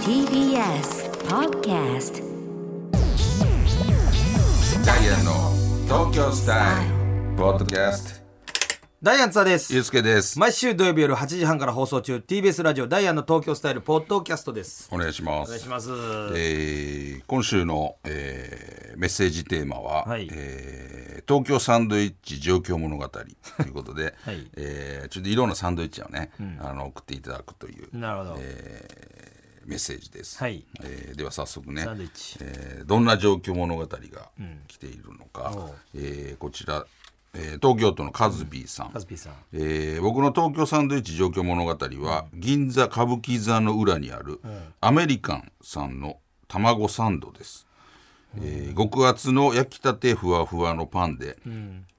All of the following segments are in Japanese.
TBS Podcast ダイアンの東京スタイルポッドキャストダイアンツァですゆうすけです、毎週土曜日夜8時半から放送中 TBS ラジオダイアンの東京スタイルポッドキャストですお願いしまお願いしすますえー今週の、えーメッセージテーマは、はいえー東京サンドイッチ状況物語」ということで、 はいえーちょっといろんなサンドイッチをね、あの送っていただくというなるほど、メッセージです、はいえーでは早速ねサンドイッチえーどんな状況物語が来ているのか、おうえーこちら、えー東京都のカズビーさん、カズピーさんえー僕の東京サンドイッチ状況物語は銀座歌舞伎座の裏にあるアメリカンさんの卵サンドです、えー極厚の焼きたてふわふわのパンで、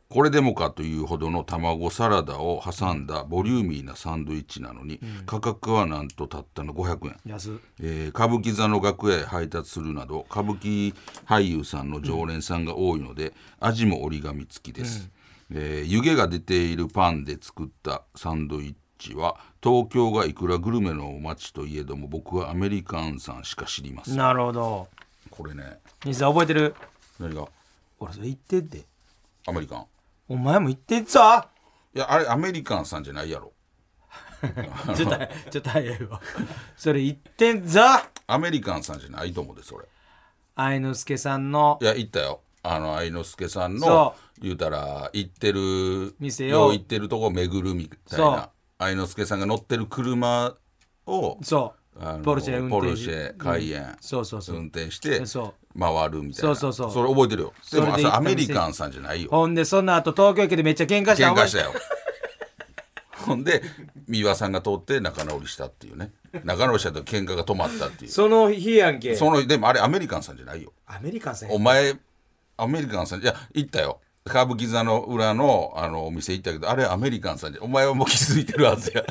これでもかというほどの卵サラダを挟んだボリューミーなサンドイッチなのに、価格はなんとたったの500円、安えー歌舞伎座の楽屋へ配達するなど歌舞伎俳優さんの常連さんが多いので、味も折り紙付きです、えー湯気が出ているパンで作ったサンドイッチは東京がいくらグルメの街といえども僕はアメリカンさんしか知りませんなるほどこれね兄さん覚えてる何が俺それ言ってってアメリカンお前も言ってっぞいやあれアメリカンさんじゃないやろ ちょっとちょっと早いわそれ言ってんぞアメリカンさんじゃないと思うでそれ愛之助さんのいや行ったよあの愛之助さんのそ言うたら行ってる店よをう行ってるとこ巡るみたいそうな愛之助さんが乗ってる車をそあうのポルシェ運転ポルシェカイエン、そうそうそう運転してそ回るみたいなそうそうそうれ覚えてるよでそれでもあ行っそたアメリカンさんじゃないよほんでその後東京駅でめっちゃ喧嘩した喧嘩したよ ほんで三輪さんが通って仲直りしたっていうね仲直りしたと喧嘩が止まったっていうその日やんけそのでもあれアメリカンさんじゃないよアメリカンさんやお前、アメリカンさん、いや、行ったよ。歌舞伎座の裏のあのお店行ったけど、あれアメリカンさんじゃ、お前はもう気づいてるはず や。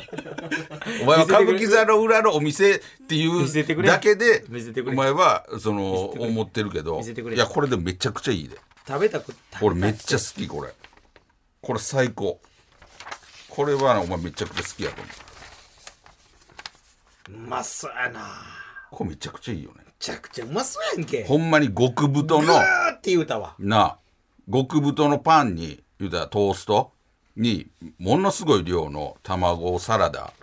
お前は歌舞伎座の裏のお店ってい見せてくうれだけで見せてく、おれ前はその思ってるけど、見せてくれいや、これでめちゃくちゃいいで。食べたく俺めっちゃ好き、これ。これ最高。これはなお前めちゃくちゃ好きやと思う。うまそうやなこれめちゃくちゃいいよね。めちゃくちゃうまそうやんけ。ほんまに極太の。あーって言うたわ。なあ極太のパンに言うたらトーストにものすごい量の卵サラダ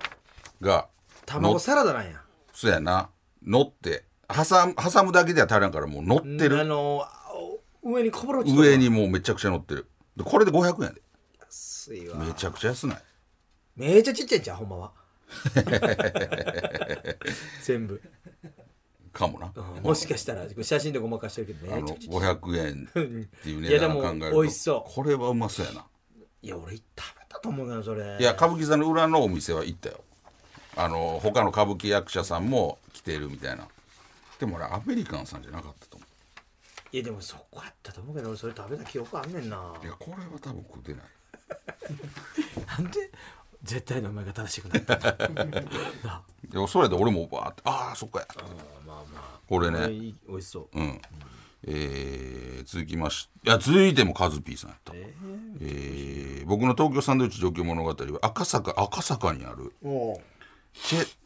が卵サラダなんや。そうやな乗って挟む挟むだけでは足らんからもう乗ってあるのー、上にこぼれ落ちてる上。にもうめちゃくちゃ乗ってるでこれで500円やで安いわめちゃくちゃ安ないめっちゃちっちゃいんちゃうほんま は。全部。かもな、もしかしたら、写真でごまかしてるけどあね。のちょちょ500円っていうい値やで段もを考えると美味しそうこれはうまそうやないや、俺食べたと思うけど、それ。いや歌舞伎座の裏のお店は行ったよあの他の歌舞伎役者さんも来てるみたいなでもあれアメリカンさんじゃなかったと思ういやでもそこやったと思うけど、俺それ食べた記憶あんねんな。いやこれは多分食ってないなんで絶対にお前が正しくなった。 なでもそれで俺もバーってああそっかやこれあねいい美味しそう。うんえー続きましていや続いてもカズピーさんやった、えー僕の東京サンドイッチ状況物語は赤坂赤坂にあるおうチェ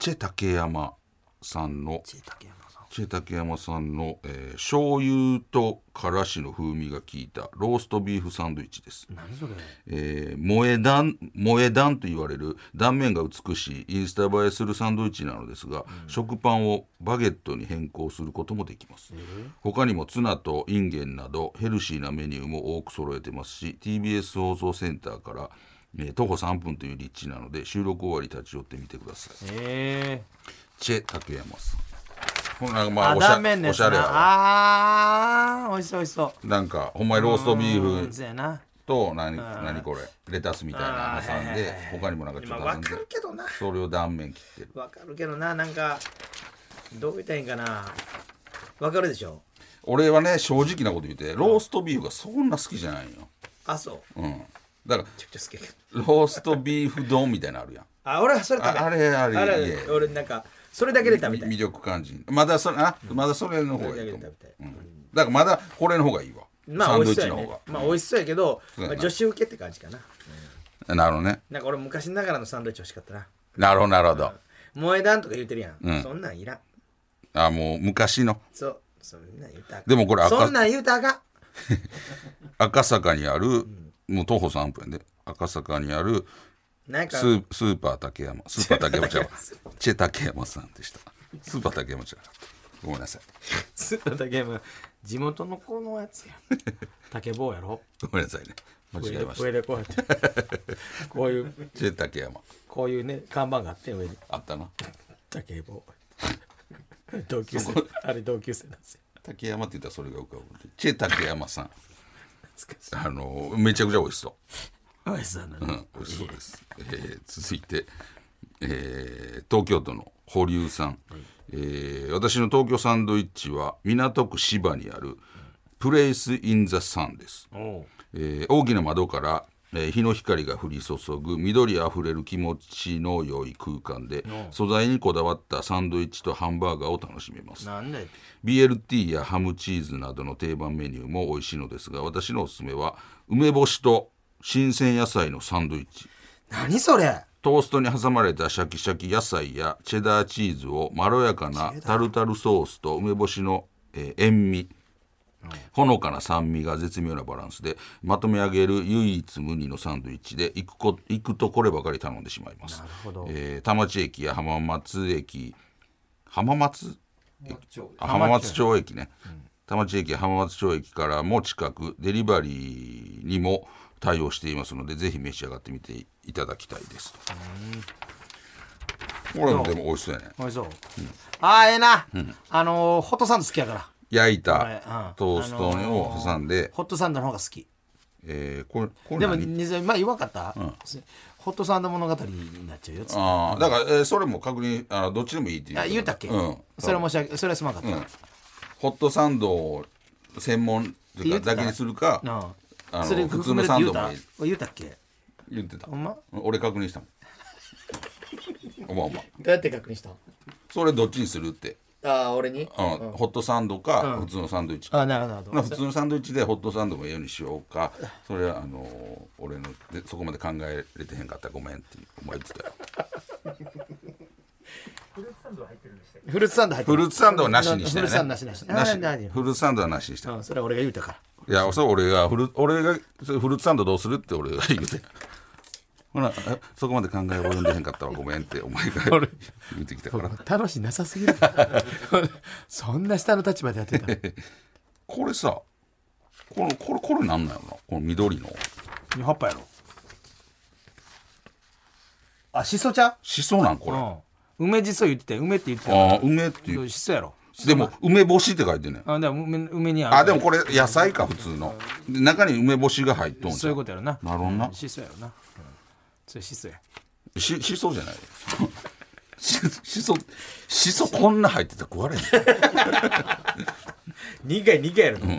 チェ竹山さんのち竹山さん。チェ竹山さんの、えー、醤油とからしの風味が効いたローストビーフサンドイッチです何それえー萌え断萌え断と言われる断面が美しいインスタ映えするサンドイッチなのですが、食パンをバゲットに変更することもできます、他にもツナとインゲンなどヘルシーなメニューも多く揃えてますし TBS 放送センターから、えー徒歩3分という立地なので収録終わり立ち寄ってみてくださいええチェ竹山さんほんなんかまああ、おしゃ断面おのやつしゃれやわな。あー、美味しそう美味しそう。なんかほんまにローストビーうんフそうやな。と何何これレタスみたいなの挟んで他にもなんかちょまっあ、と挟わんかでるけどな。それを断面切ってるわかるけどな、なんか、どう言ったらいいんかな。わかるでしょ俺はね正直なこと言ってローストビーフがそんな好きじゃないよあ、そう。めうんだからちゃくちゃ好きやけど。ローストビーフ丼みたいなのあるやんあ、俺はそれ食べああれあれあいえれ、俺なんか、それだけで食べたみい。魅力感じんまだそれあまだそれの方がいいと思うそれだけで食べたうん、だからまだこれの方がいいわ、まサあ、ン美ドイ味ッしそチうやのね方。まあ、美味しそうやけど、そうやまなあ女子受けって感じかな。がなるほどねなんか俺昔ながらのサンドイッチ欲しかったな。なるほどなるほど、萌え断とか言ってるやん、うんそんなんいらんあもう昔のそうそんなん言うたらあかんでもこれ赤そんなん言うたらあかん赤坂にある、もう徒歩3分やで赤坂にあるなんかスースーパー竹山スーパー竹山 ちゃんチェ竹山さんでしたスーパー竹山ちゃんごめんなさいスーパー竹山地元の子のや つやん竹棒やろごめんなさいね間違えました上で上でこうやって こういうチェ竹山こういうね看板があって上にあったな竹棒 同級生あれ同級生なんですよ竹山って言ったらそれが浮かぶチェ竹山さん懐かしいあのめちゃくちゃ美味しそおいさんなう、うのん、美味しそうです、えー続いて、えー東京都の保留さん、えー私の東京サンドイッチは港区芝にあるプレイス・イン・ザ・サンですおうえー大きな窓から、えー日の光が降り注ぐ緑あふれる気持ちの良い空間で素材にこだわったサンドイッチとハンバーガーを楽しめますなんだよ BLT やハムチーズなどの定番メニューも美味しいのですが私のおすすめは梅干しと新鮮野菜のサンドイッチ何それトーストに挟まれたシャキシャキ野菜やチェダーチーズをまろやかなタルタルソースと梅干しの、えー塩味ほのかな酸味が絶妙なバランスでまとめ上げる唯一無二のサンドイッチで行くこ行くとこればかり頼んでしまいますえー田町駅や浜松駅浜松あ浜松町駅ね、田町駅浜松町駅からも近くデリバリーにも対応していますのでぜひ召し上がってみていただきたいですとこれもでも美味しそうやねおいそう、ああええな、あのーホットサンド好きやから焼いこれうたんトーストを挟んで、ホットサンドの方が好きえーこれこれでも何ねまあ弱かった、ホットサンド物語になっちゃうよつあーだから、えーそれも確認あのどっちでもいいっていうあ言うたっけ、うん、それは申し訳それはすまんかった、うんホットサンドを専門というって言ってたかだけにするかなあのあそれ普含通めのてサン言ドうたもいい言うたっけ言ってたほんま俺確認したもんお前お前どうやって確認したのそれどっちにするって、ああ俺にうんホットサンドか普通のサンドイッチ、あなるほどまあ普通のサンドイッチでホットサンドもええようにしようかそれはあのー俺のでそこまで考えれてへんかったらごめんってお前言ってたよフルーツサンド入ってフルーツサンドはなしにしたフよねルーツサンドなしなしなしなしフルーツサンドはなしにした、うんそれは俺が言うたからいやそう俺がフル俺がそれフルーツサンドどうするって俺が言うて ほなえそこまで考えを及んでへんかったわごめんってお前が 言ってきたから楽しなさすぎる そんな下の立場でやってたこれさこのこれこれなんなんやろなこの緑のの葉っぱやろあしそちゃしそなんこれ、んうん梅じそ言ってたよ梅って言ってたよああ梅っていうしそやろでも梅干しって書いてんねんあでも梅梅に合うあでもこれ野菜か普通ので中に梅干しが入っとんじそゃういうこんとやろななるほどなしそやろな、うん、それしそやししそじゃない ししそしそこんな入ってたら食われへん苦い苦いやろ、まあ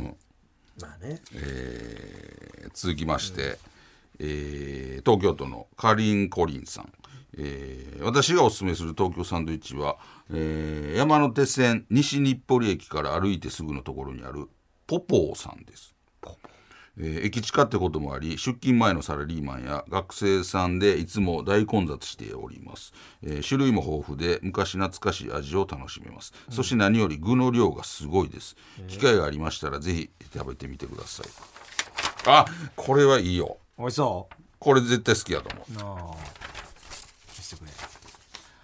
ねえー続きまして、えー東京都のカリン・コリンさん、えー私がおすすめする東京サンドイッチは、えー山手線西日暮里駅から歩いてすぐのところにあるポポーさんです。えー駅近ってこともあり出勤前のサラリーマンや学生さんでいつも大混雑しております、えー種類も豊富で昔懐かしい味を楽しめます、そして何より具の量がすごいです、機会がありましたらぜひ食べてみてくださいあこれはいいよおいしそうこれ絶対好きやと思うああ見せてくれ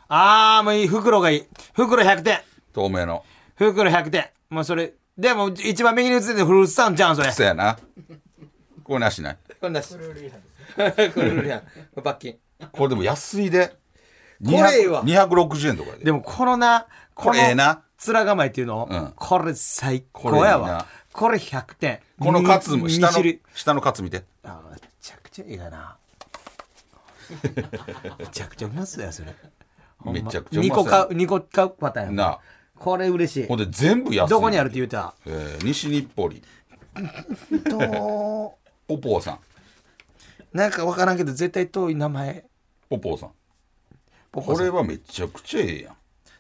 ああもういい袋がいい袋100点透明の袋100点もうそれでも一番右に映ってるのフルーツサンドじゃんそれそやなこれなしないこれなしこれルール違反ですこれルール違反これ罰金これでも安いでこれいいわ200 260円とかやででもこのなこれええなこの面構えっていうの、うんこれ最高やわこれ100点このカツもに下に種の類下のカツ見てあめちゃくちゃいいがな めちゃくちゃうまそうやそれほんまめちゃくちゃうまそう2個や買う2個買うパターンやなあこれ嬉しいほんで全部安いどこにあるって言うたえー西日暮里とポポーさんなんか分からんけど絶対遠い名前ポポーさんポポこさんれはめちゃくちゃええやん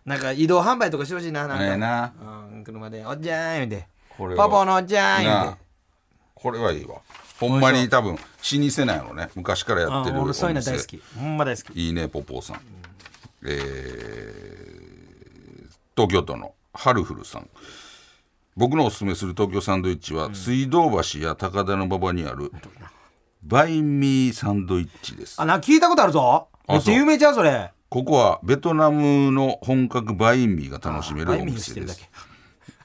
なんか移動販売とかしてほしいななんかええなうん、車で「おっちゃん」言うてこれ「はパパのおっちゃん」言なうあこれはいいわほんまに多分老舗なんやろね昔からやっててるうんお俺そういうの店大好きほんま大好きいいねポポーさんえー東京都のハルフルさん僕のおすすめする東京サンドイッチは、水道橋や高田の馬場にあるバインミーサンドイッチですあな聞いたことあるぞあめっちゃ有名じゃんそれここはベトナムの本格バインミーが楽しめるおあバインミーし店てるでだすけ。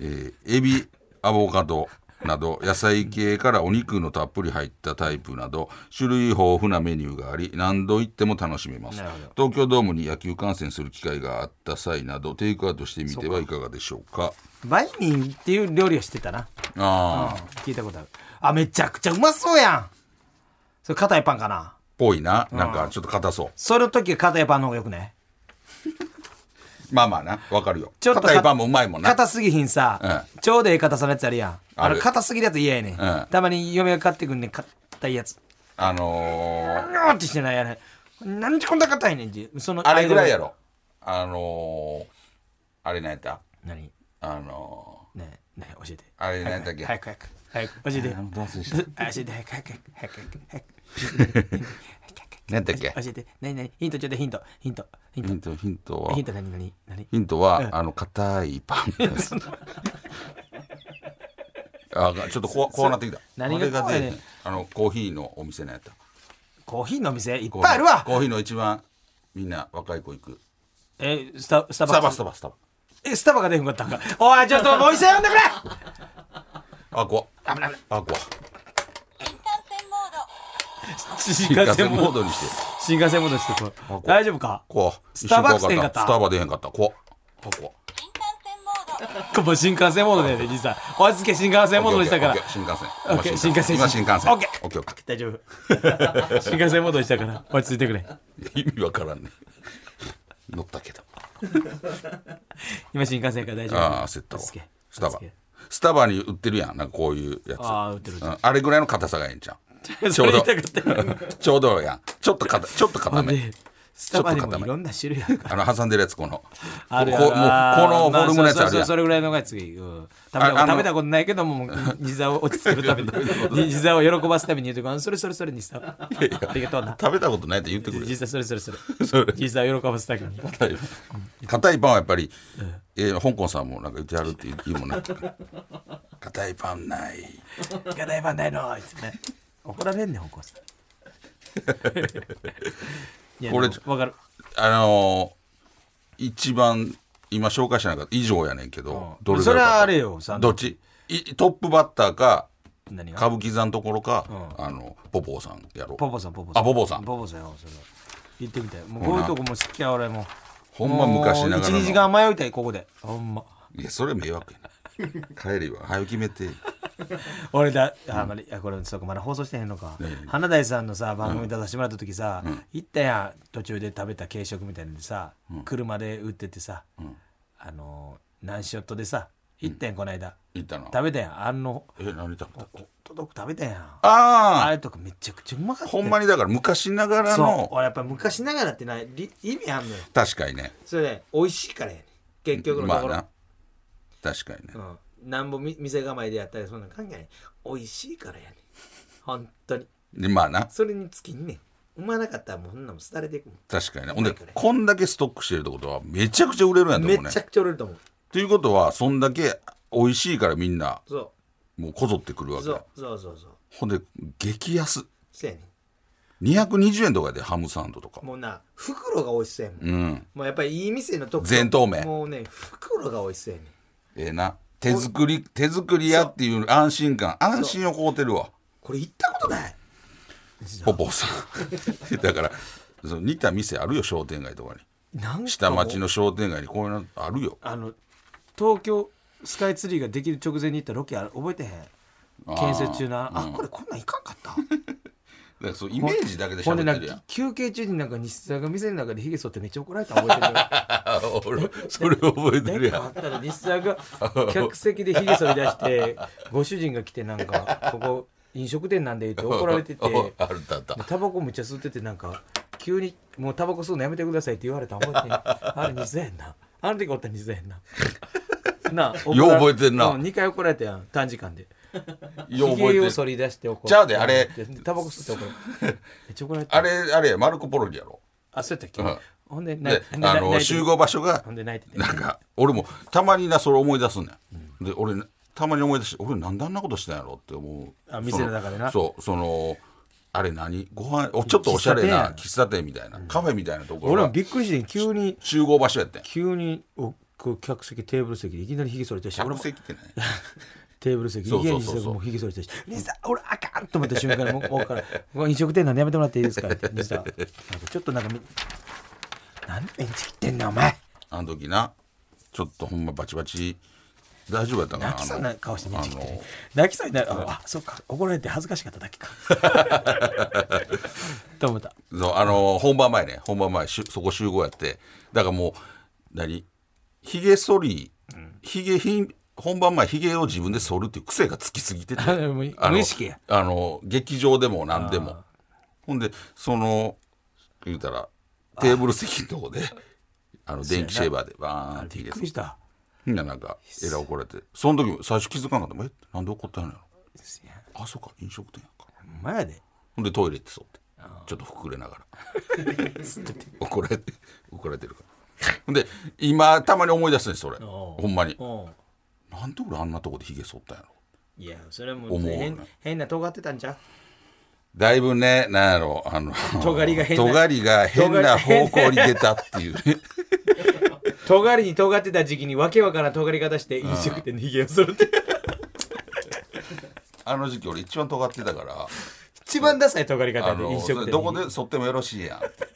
えーエビ、アボカドなど野菜系からお肉のたっぷり入ったタイプなど種類豊富なメニューがあり何度行っても楽しめますなるほど。東京ドームに野球観戦する機会があった際などテイクアウトしてみてはいかがでしょうか。バインミーっていう料理を知ってたなああ、聞いたことあるあめちゃくちゃうまそうやんそれ硬いパンかなぽいな。なんかちょっと硬そう。その時は硬いパンの方がよくないまあまあな、わかるよ。ちょっとか硬いパンもうまいもんな。硬すぎひんさ、ちょうどええ硬さのやつあるやんああるの硬すぎるやつ嫌やねん、んたまに嫁が買ってくんねん硬いやつあのーうーってしてないやねなんでこんな硬いねんってそのあれぐらいやろろ。あのーあれなんやった何あのーねえねえ教えてあれ何やったっけ早く早く早く早く教えてあのどうする 教えて早く早く早く早く早く 何やったっけ教えて何何ヒントちょうだいヒントヒントヒンヒトントヒントはヒント何何何ヒントは、あの硬いパン です。あちょっとこうこうなってきた。何こがれ怖いね出えへんあのコーヒーのお店のやった。いっコーヒーの店いっぱいあるわコーヒーの一番みんな若い子行く。えスタスタスタババスタバスタバ。えスタバが出へんかったんかおいちょっともう一回呼んでくれあこ危ない危ないあこ新新幹幹線線モモーードドにして。新幹線モードしてここう大丈夫かこうスタバ来てんかったスタバ出へんかった。こうあこうここ新幹線モードだよね実はおいつけ新幹線モードにしたからオッケーオッケーオッケー新幹線。今新新幹幹線。線オッケーオッケーオッケ大丈夫 新幹線モードにしたから落ち着いてくれー。意味わからんね。乗ったけど。今新幹線から大丈夫ああ、焦ったわ。落ち着けスタバ落ち着け。スタバに売ってるやん。なんかこういうやつ。ああ売ってる売ってるうんあれぐらいの硬さがいいんじゃん。ちそょうれど言いたかったよ ちょうどやん。ちょっと 硬ちょっとほ硬んめで。スタバにもいろんな種類あるからあの挟んでるやつこの。あるこうもうこのフォルムのやつあるや。まあそうそうそうんそれぐらいのが次、うん、食べたああことの食べたことないけども膝を落ち着けるために膝を喜ばすために言うとかそれそれそれにさありがとうな食べたことないって言ってくれ実際それそれそれそれ実際を喜ばすために硬い硬いパンはやっぱり、えー香港さんもなんか言ってはるって言うもんね。硬いパンない。 「がないばんないの」ってね怒られんねん香港さんいやこれでもわかるあのー一番今紹介しなかった以上やねんけど、うんどれが良かったそれはあれよサンドどっちいトップバッターか何歌が舞伎座のところか、あのポポーさんやろポポさんポポさんあポポさんポポさんよそれ行ってみたいもうこういうとこも好きや俺もほんま昔ながらの1時間迷いたいここでほんまいや、それ迷惑や な。帰りは、早く決めて。俺だあまりあこれそうかまだ放送してへんのか花大さんのさ番組出させてもらった時さ行ったやん途中で食べた軽食みたいなのでさ車で売っててさあのーナンショットでさ行ったやんこの間行ったな。食べたやんあのえ、何食べたあ届く食べたやんああれとかめちゃくちゃうまかったほんまににだから昔ながらそうの、俺やっぱ昔ながらってないり意味あんのよ確かにね。それで美味しいからやね結局のまとあころ、な。確かにね。うん、なんぼみ店構えでやったりそんなん関係ない美味しいからやね本当にでまあな。それにつきにねうまなかったらもうそんなもん廃れていくもん確かにね。ほんでだから、こんだけストックしてるってことは、めちゃくちゃ売れるんやとめ思うねち。ゃくちゃ売れると思うということは、そんだけ美味しいからみんな、そもうこぞってくるわうけそだう。そうそうそうほんで、激安。そうやね220円とかでハムサンドとか。もうな袋が美味しそうやもん、うん。もうやっぱりいい店のとこ全透明もうね袋が美味しそうやねええな。手作り、手作り屋っていう安心感。安心を買うてるわ。これ行ったことないポポさん だからその似た店あるよ商店街とかになんかもう下町の商店街にこういうのあるよあの東京スカイツリーができる直前に行ったロケある覚えてへん建設中なあ,、これこんなんいかんかっただからそうイメージだけでほん喋でなっんてるやかん休憩中になんか西田が店の中でヒゲ剃ってめっちゃ怒られたの覚えて るあ俺それ覚えてる誰やかあんったら西田が客席でヒゲ剃り出してご主人が来てなんかここ飲食店なんで言うと怒られててお あるたったでタバコむっちゃ吸っててなんか急に「もうタバコ吸うのやめてください」って言われたの覚えてんあれ西田やんなあの時おった西田や んななあよう覚えてんな2回怒られたやん短時間でようひげを覚えて剃るり出して怒るちゃうであれタバコ吸って怒るめっちゃ怒られたあれあれマルコ・ポロリやろあそうやったっけ、うんほんでなでほんであ泣いのて集合場所がほんで泣いててなんか俺もたまになそれ思い出すねん、で俺たまに思い出して俺なんであんなことしたんやろって思うあ店の中でなそのそうそのあれ何ご飯おちょっとおしゃれな喫喫茶店みたいな、カフェみたいなとこ俺ろもがびっくりして急に集合場所やってん急におこう客席テーブル席でいきなりひげ剃りとして俺客も 席ってないテーブル席そう家そうにそうそうしてもうひげ剃りとして「兄さん俺あかん!」と思った 瞬間にもうここから「ここ飲食店なんでやめてもらっていいですか?」って兄さんなんかちょっとなんかみ「なんでメンチ切ってんねんお前あの時なちょっとほんまバチバチ大丈夫やったかな泣きそうあなの顔してメンチ切ってあるの泣きそうになるああそうか怒られて恥ずかしかっただ けかと思ったそうあの本番前ね本番前しそこ集合やってだからもう何ひげ剃りひげひん本番前ひげを自分で剃るっていう癖がつきすぎ ててもうあの無意識やあの劇場でも何でもほんでその言うたらテーブル席のとこであの電気シェーバーでバーンってびひっげく剃りしたみんななんかえらい怒られてその時も最初気づかなかったもんえなんで怒ったのやろあそうか飲食店やからお前やでほんでトイレ行ってそうってちょっと膨れなが ら怒られて怒られてるからほんで今たまに思い出すねそれほんまにうんなんで俺あんなとこでひげ剃ったんやろいやそれはも思うな変な尖ってたんじゃうだいぶねなんやろあの尖りが変な尖りが変な方向に出たっていうね 尖りに尖ってた時期にわけわからん尖り方して飲食店で逃げをするってあの時期俺一番尖ってたから一番ダサい尖り方あでの飲食店にどこで剃ってもよろしいやんって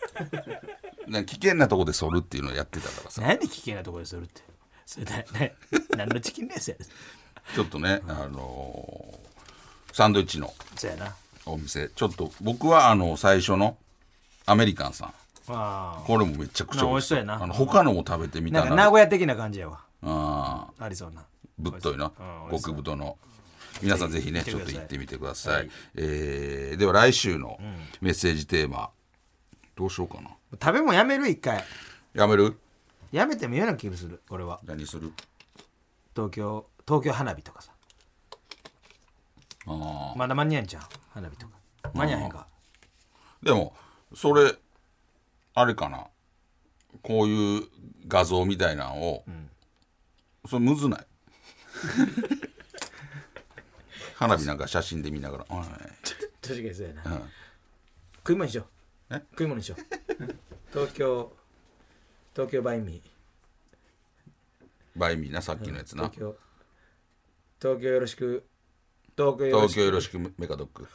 なんか危険なとこで剃るっていうのをやってたからさなんで危険なところにするってそれだね 何のチキンレースやちょっとねあのーサンドイッチのそうやなお店ちょっと僕はあの最初のアメリカンさんあこれもめちゃくちゃ美味しそうやなあの他のも食べてみーなんたかな名古屋的な感じやわあありそうなぶっといなうん美味しそ極う太の皆さんぜひねぜちひょっ行っと行っててくださいみてください、えーでは来週のメッセージテーマ、どうしようかな食べ物やめる一回やめるやめても嫌な気がする俺は何する東京東京花火とかさあまだ間に合うんちゃう花火とか間に合わへんかーでもそれあれかなこういう画像みたいなのを、それむずない 花火なんか写真で見ながら「おい確かにそうやな、ん食い物にしようえ食い物にしよ う東京東京バインミーバイミーなさっきのやつな東京東京よろしく東京よろ東し京くよろしくメカドック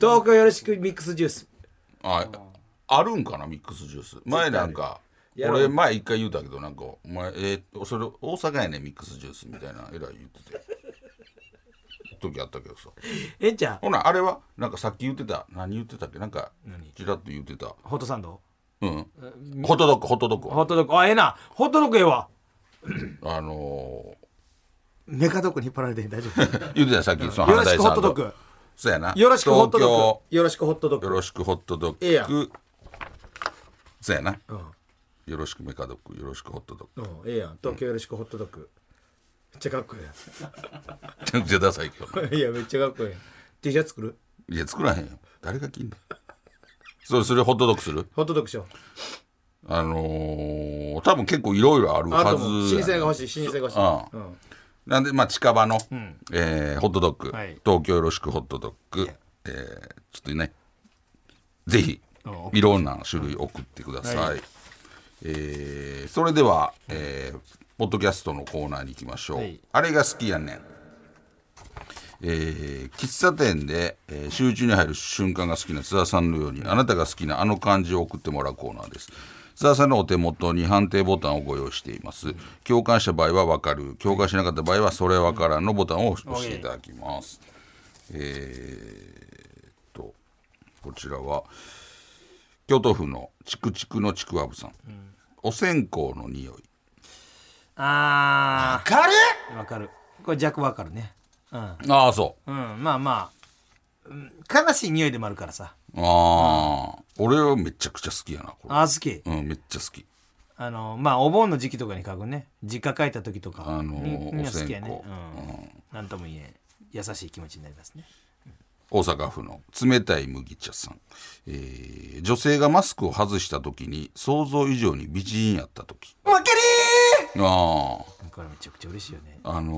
東京よろしくミックスジュースああるんかなミックスジュース前なんかやろう俺前一回言うたけどなんか「お前えーそれ大阪やねミックスジュース」みたいなえらい言ってて時あったけどさえんちゃんほなあれはなんかさっき言ってた何言ってたっけなんか何ちらっと言ってたホットサンドうんホットドッグホットドッグホはットドッグあええなホットドッグええわあのメカドッグに引っ張られて ん大丈ー言ってたさっきその夫よろ花大しくホさんッとトドッグそうやなよろしくホットドッ東グよろしくホットドッ京よグろしくホットドッグええやんそうやなうんよろしくメカドッグよろしくホットドッグうんええやん東京よろしくホットドッグめっちゃかっこいいめ っちゃダサいけどなやんいやめっちゃかっこいいやん T シャツ作るいや作らへんよ誰が切んのそれそれホットドッグするホットドッグしよあのー、多分結構いろいろあるうあはともうず新やね鮮が欲しい新鮮が欲しいああうんなんでまあ近場の、えーホットドッグ、はい東京よろしくホットドッグ、えーちょっとねぜひうんいろんな種類送ってください、えーそれでは、えーポッドキャストのコーナーに行きましょう、はいあれが好きやねんえー喫茶店で、えー集中に入る瞬間が好きな津田さんのようにあなたが好きなあの漢字を送ってもらうコーナーです津田さんのお手元に判定ボタンをご用意しています共感した場合は分かる共感しなかった場合はそれ分からんのボタンを押していただきますえーっとこちらは京都府のチクチクのちくわぶさん、お線香の匂いあかるあわかるこれ弱わかるねうんああそううんまあまあ、うん悲しい匂いでもあるからさああ、俺はめちゃくちゃ好きやなこれあー好きうんめっちゃ好きあのまあお盆の時期とかに書くね実家帰った時とかあのーみんみんな好きやお線ね香うん、なんとも言えん優しい気持ちになりますね大阪府の冷たい麦茶さん、えー女性がマスクを外した時に想像以上に美人やった時負けりああーこれめちゃくちゃ嬉しいよねあの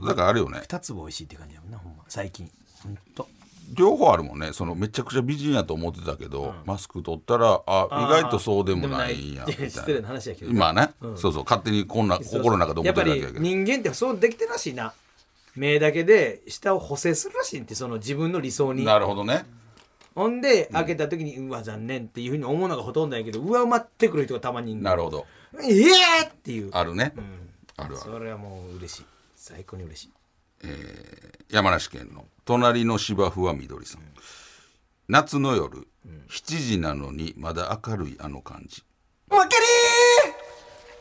ーだからあれよね二粒美味しいって感じやもんなほんま最近ほんと両方あるもんねそのめちゃくちゃ美人やと思ってたけど、マスク取ったらあ意外とそうでもないんやみでもないいたな失礼な話やけどまあね、そうそう勝手にこんな心の中で思やっってぱるだけやりけど人間ってそうできてるらしいな目だけで下を補正するらしいってその自分の理想になるほどねほんで開けた時に、うわ残念っていうふうに思うのがほとんどやけど上埋まってくる人がたまにいるなるほどイエーっていうあるね、あるあるそれはもう嬉しい最高に嬉しい山梨県の隣の芝生は緑さん、夏の夜、7時なのにまだ明るいあの感じ負け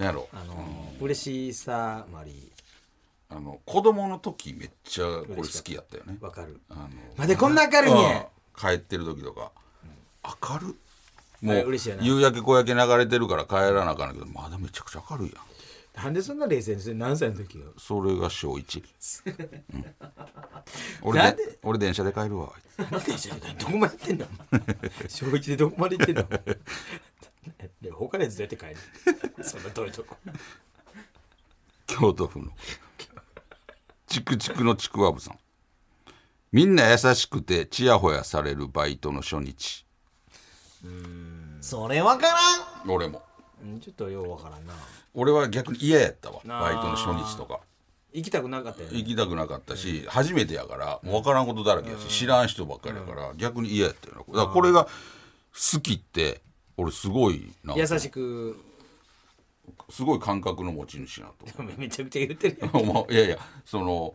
なんやろりーあのー嬉しさもありあの子供の時めっちゃこれ好きやったよねわかるあのまでこんな明るいんうやん帰ってる時とか明るっあもれう嬉しいよね夕焼け小焼け流れてるから帰らなあかんけどまだめちゃくちゃ明るいやんなんでそんな冷静にする何歳の時 よそれが小1、うんな俺んでで俺電車で帰るわなんでじゃどこまで行ってんのお前小一でどこまで行 ってんので他のやつどうやって帰 るそんな遠いとこ京都府のチクチクのちくわぶさんみんな優しくてちやほやされるバイトの初日それわから俺もんちょっとようわからんな俺は逆に嫌やったわあーバイトの初日とか行きたくなかったよね行きたくなかったし、初めてやからもう分からんことだらけやし、知らん人ばっかりやから、逆に嫌やったよなだからこれが好きって俺すごいな優しくすごい感覚の持ち主やなと めちゃくちゃ言ってるや ん思ういやいやその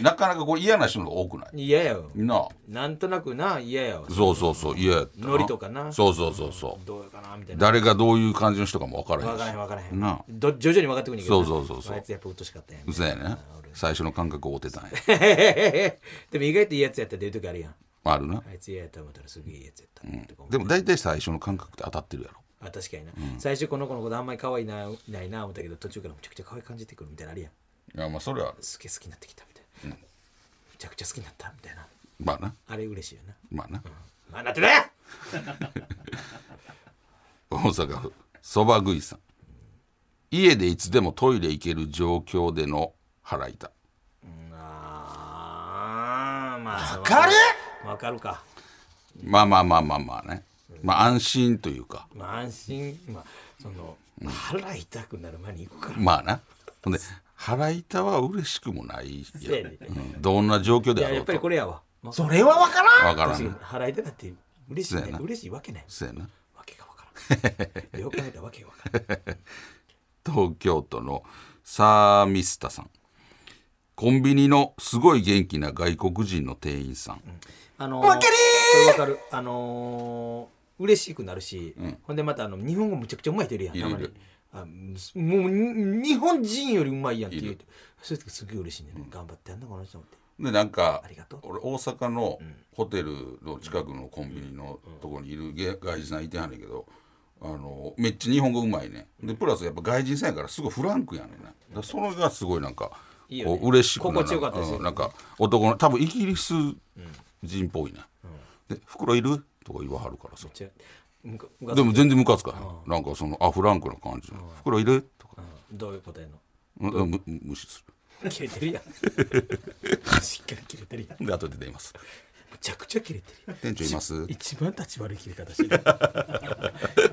なかなかこう嫌な人の方が多くない嫌やよなあなんとなくな嫌やわそうそうそう嫌やったなノリとかなそうそうそうそうどうやかなみたいな誰がどういう感じの人かも分からへ分んからへんし分からへんなあど徐々に分かってくるんやけどなそうそうそうそうあいつやっぱうっとうしかったんやんうそやね最初の感覚を追ってたんや でも意外といいやつやったっていう時あるやんあるなあいつ嫌やと思ったらすげえいいやつやった、とか思うでも大体最初の感覚って当たってるやろあ確かにな、最初この子のことあんまり可愛いないないな思ったけど途中からめちゃくちゃ可愛い感じてくるみたいなのあるやんいやまあそれはすげえ好きになってきたみたいな、めちゃくちゃ好きになったみたいなまあなあれ嬉しいよなまあなまあなってだよ大阪府そば食いさん家でいつでもトイレ行ける状況での腹痛あーまあわかるわかるかまあまあまあまあまあねまあ安心というかまあ安心まあその、腹痛くなる前に行くからまあなほんで腹痛は嬉しくもないせやや、ねうん、どんな状況いであやろやっうとぱりこれやわそれれは分からんわからんな腹痛だって嬉しい、そうねや、な嬉しいわけないそうやなわけがわ からんよく考えたらわけがわからん東京都のサーミスタさんコンビニのすごい元気な外国人の店員さん、あのー、わかわかる。あのー、嬉しくなるし、ほんでまたあの日本語むちゃくちゃうまい人いるやん、いるたいまにる。あもうに日本人よりうまいやんっていうとそういう時すげえ嬉しいね、頑張ってやんなこの人思ってでなんかありがとう俺大阪のホテルの近くのコンビニのとこにいるげ外人さんいてはんねんけどあのめっちゃ日本語うまいねでプラスやっぱ外人さんやからすごいフランクやねんなだからそれがすごいなんかいいよこねう嬉しくなる心地よかったですようんなんか男の多分イギリス人っぽいな、で袋いるとか言わはるからさ違うむかでも全然ムカつかへん、なんかそのあフランクな感じの袋いるとか、うんどういうことやのうんうんむ無視す切れてるやんしっかり切れてるやんむるで後で出ますちゃくちゃ切れてるやん店長います 一番立ち悪い切れ方してる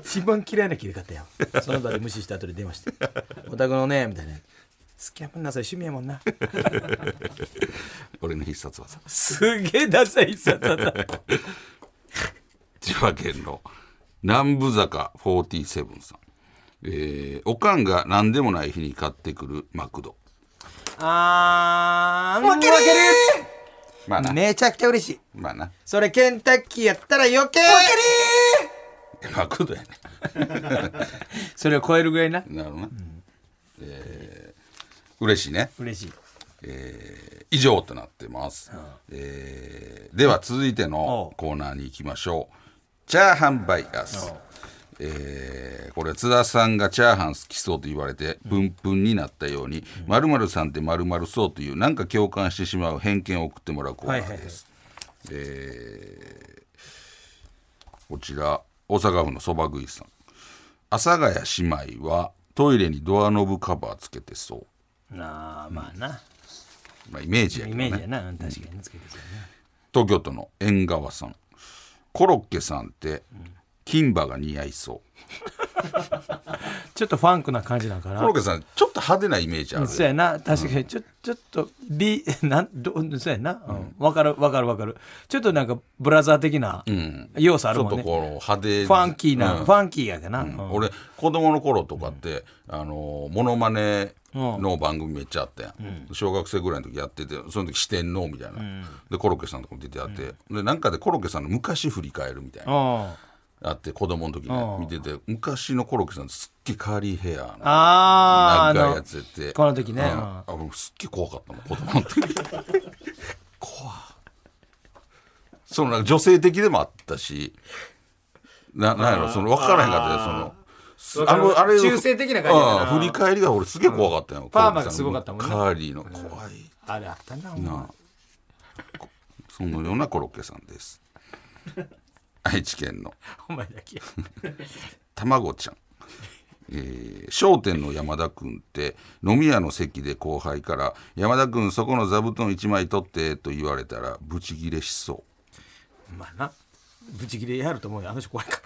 一番嫌いな切れ方やんその場で無視した後で電話して「お宅のね」みたいな「好きやもんなそれ趣味やもんな」俺の必殺技すげえダサいさだだ千葉県の南部坂47さん、えー、おかんが何でもない日に買ってくるマクドあー負けるまあな、めちゃくちゃ嬉しいまあなそれケンタッキーやったら余計マクドやねそれを超えるぐらいななるほどな、えー、嬉しいね嬉しいえー以上となってます、えーでは続いておのうコーナーに行きましょうチャーハンバイアス、えーこれ津田さんがチャーハン好きそうと言われてプンプンになったように「まるさんってまるそうというなんか共感してしまう偏見を送ってもらうコーナーです、えーこちら大阪府のそば食いさん阿佐ヶ谷姉妹はトイレにドアノブカバーつけてそなあまあなう、まあ、イメージやけイどメねージやなうん確かにつけてそうやな東京都の縁側さんコロッケさんって金馬が似合いそうちょっとファンクな感じなんかコなロッケさんちょっと派手なイメージあるそうやな確かにちょちょっとビ なんどそうやなうんわ、かるわかるわかるちょっとなんかブラザー的な要素あちるょっもんとね、この派手ファンキーな、うんファンキーやかな、うん俺子供の頃とかって、あのモノマネの番組めっちゃあったやん、小学生ぐらいの時やっててその時四天王みたいな、でコロッケさんとかも出てあって、でなんかでコロッケさんの昔振り返るみたいな、ああって子供の時ね見てて昔のコロッケさんすっげえカーリーヘアのあー長いあやのつやってこの時ねうんうんあ俺すっげえ怖かったもん子供の時怖っそのなんか女性的でもあったしななんやろその分からへんかったよそのすわかるあれ中性的な感じやなうん振り返りが俺すげえ怖かったよ、コパーロマッケさがすごかったもんねカーリーの怖いあれあったなお前なこそのようなコロッケさんです愛知県のお前だ けたまごちゃん、 えー商店の山田君って飲み屋の席で後輩から「山田君そこの座布団1枚取って」と言われたらブチギレしそうまあなブチ切れやると思うよあの人怖いか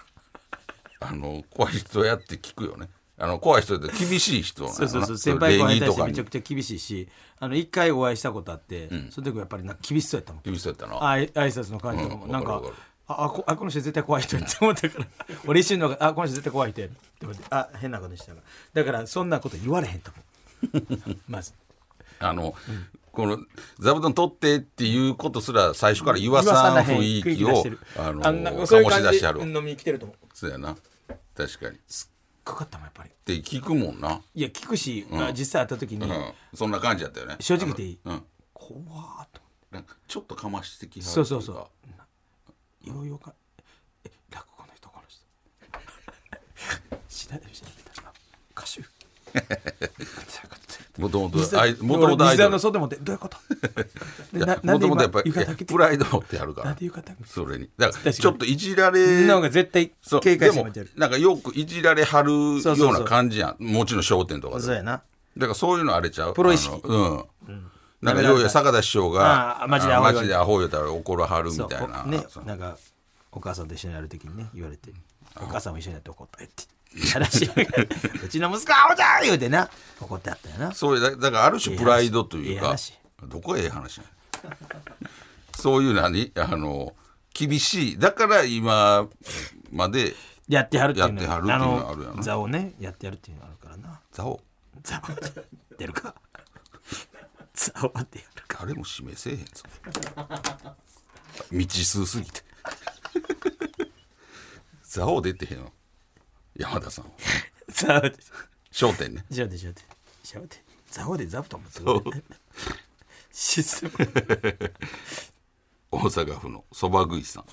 らあの怖い人やって聞くよねあの怖い人って厳しい人なのそうそうそ うそ先の輩後輩礼儀に対としてかめにちゃくちゃ厳しいしあの一回お会いしたことあって、その時はやっぱりなんか厳しそうやったもん厳しそうやったなあい挨拶の感じとかも、うんなんかわかるわかるああこあこの人絶対怖い人って思っ たから俺一瞬のあこの人絶対怖い人やって思ってあ変なことしたからだからそんなこと言われへんと 思うまずあの、この座布団取ってっていうことすら最初から言わさん雰囲気言わをさなへん雰囲気出してるあのあんな醸そういう感しじ出でしてやる飲みに来てると思うそうやな確かにっかかったもんやっぱりて聞くもんな、いや聞くし、あ実際会った時に、うん、そんな感じやったよね正直言っていいうん怖ーっとなんかちょっとかましてきはるそうそうそうといかいよいよかえ落語の人この人 しないしない歌手どうもともいうこととアイもともとアイド俺水ルの外持ってどうい うこといでやなもなんとでもと今やっぱり浴いや衣着てプライド持ってあるかなんらで浴衣着てそれにだかかにらちょっといじらそんれな方が絶対そう警戒してもらっちゃでうもなんかよくいじられはるよそうそううな感じやんもちろん商店とかでそうやなだからそういうのあれちゃうプロ意識あのうん、なんかようや坂田師匠あがあマジでアホあ言われてマジでアホ言うたら怒らはるみそうたいなおねそうなんかお母さんと一緒にやるときにね言われてお母さんも一緒にやって怒ったよって話うちの息子はアホじゃん言うてな怒ってあったよなそういうだだからある種プライドというええか話どこがええ話なんや そういう何あの厳しいだから今までやってはるっていうのやってはるっていうのはあるやろの座をねやってやるっていうのがあるからな座を座を出るか座をってやる誰も指名せえへんぞ未知数すぎて 座を出てへんわ山田さんは座をで焦点ねしゃでしゃでしゃで座をで座布団持ってこい システム大阪府のそば食いさん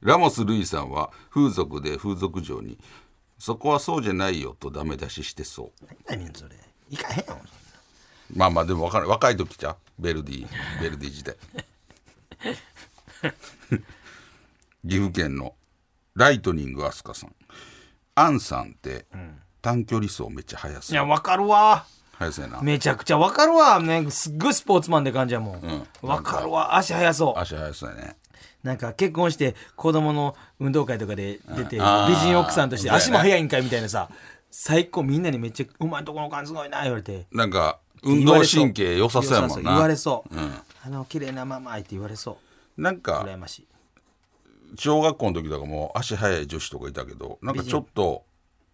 ラモス・ルイさんは風俗で風俗嬢に「そこはそうじゃないよ」とダメ出ししてそう何やねんそれいかへんよまあまあでもわかんない若い時ちゃうベルディベルディ時代岐阜県のライトニングアスカさんアンさんって短距離走めっちゃ速いそうやわかるわ速そうやなめちゃくちゃわかるわねすっごいスポーツマンって感じやもんうんわ、かるわ足速そう足速そうやねなんか結婚して子供の運動会とかで出て美あー人奥さんとしてそうやね足も速いんかいみたいなさ最高みんなにめっちゃ「お前んとこのおかんすごいな」言われてなんか運動神経良さそうやもんな言われそううんあの綺麗なママ愛って言われそなんうか羨ましい小学校の時とかも足速い女子とかいたけどなんかちょっと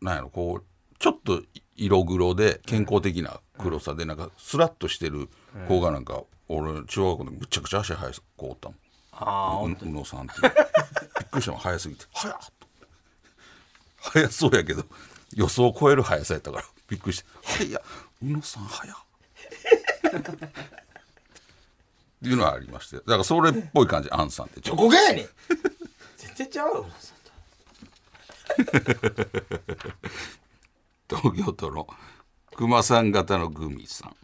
なんやろこうちょっと色黒で健康的な黒さでなんかスラッとしてる子がなんか俺中学校の時むちゃくちゃ足速い子おったもんあう宇野さんっていう びっくりしたもん速すぎて速っと速そうやけど予想を超える速さやったからびっくりして「速っ宇野さん速っ」っていうのはありましてだからそれっぽい感じアンさんってちょどこがやね ん全然ちゃうよ東京都の熊さん型のグミさん、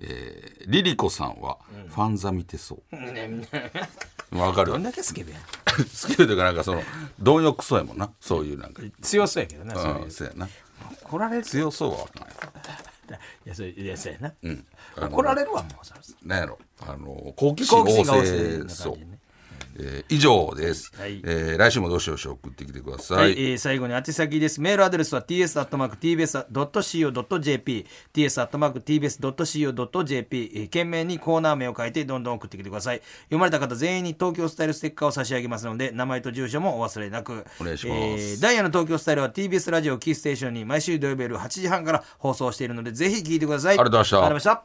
えー、リリコさんはファンザ見てそうわ、かるどんだけスケベや好きというかなんかその貪欲そうやもんなそういうなんか、う強そうやけどな、それん、そうやな怒られる強そうはわかんないいやそれいやそうやな、うんあの怒られるわもうそれなんやろあの好奇心好奇心が旺旺盛盛なそ感うじね、えー、以上です、はいえー来週もどしどし送ってきてください、はい、えー最後に宛先です。メールアドレスは ts.tbs.co.jp、ts.tbs.co.jp、えー懸命にコーナー名を書いてどんどん送ってきてください。読まれた方全員に東京スタイルステッカーを差し上げますので、名前と住所もお忘れなく。お願いしますダイヤの東京スタイルは TBS ラジオキーステーションに毎週土曜日夜8時半から放送しているので、ぜひ聞いてください。ありがとうございましたありがとうございました。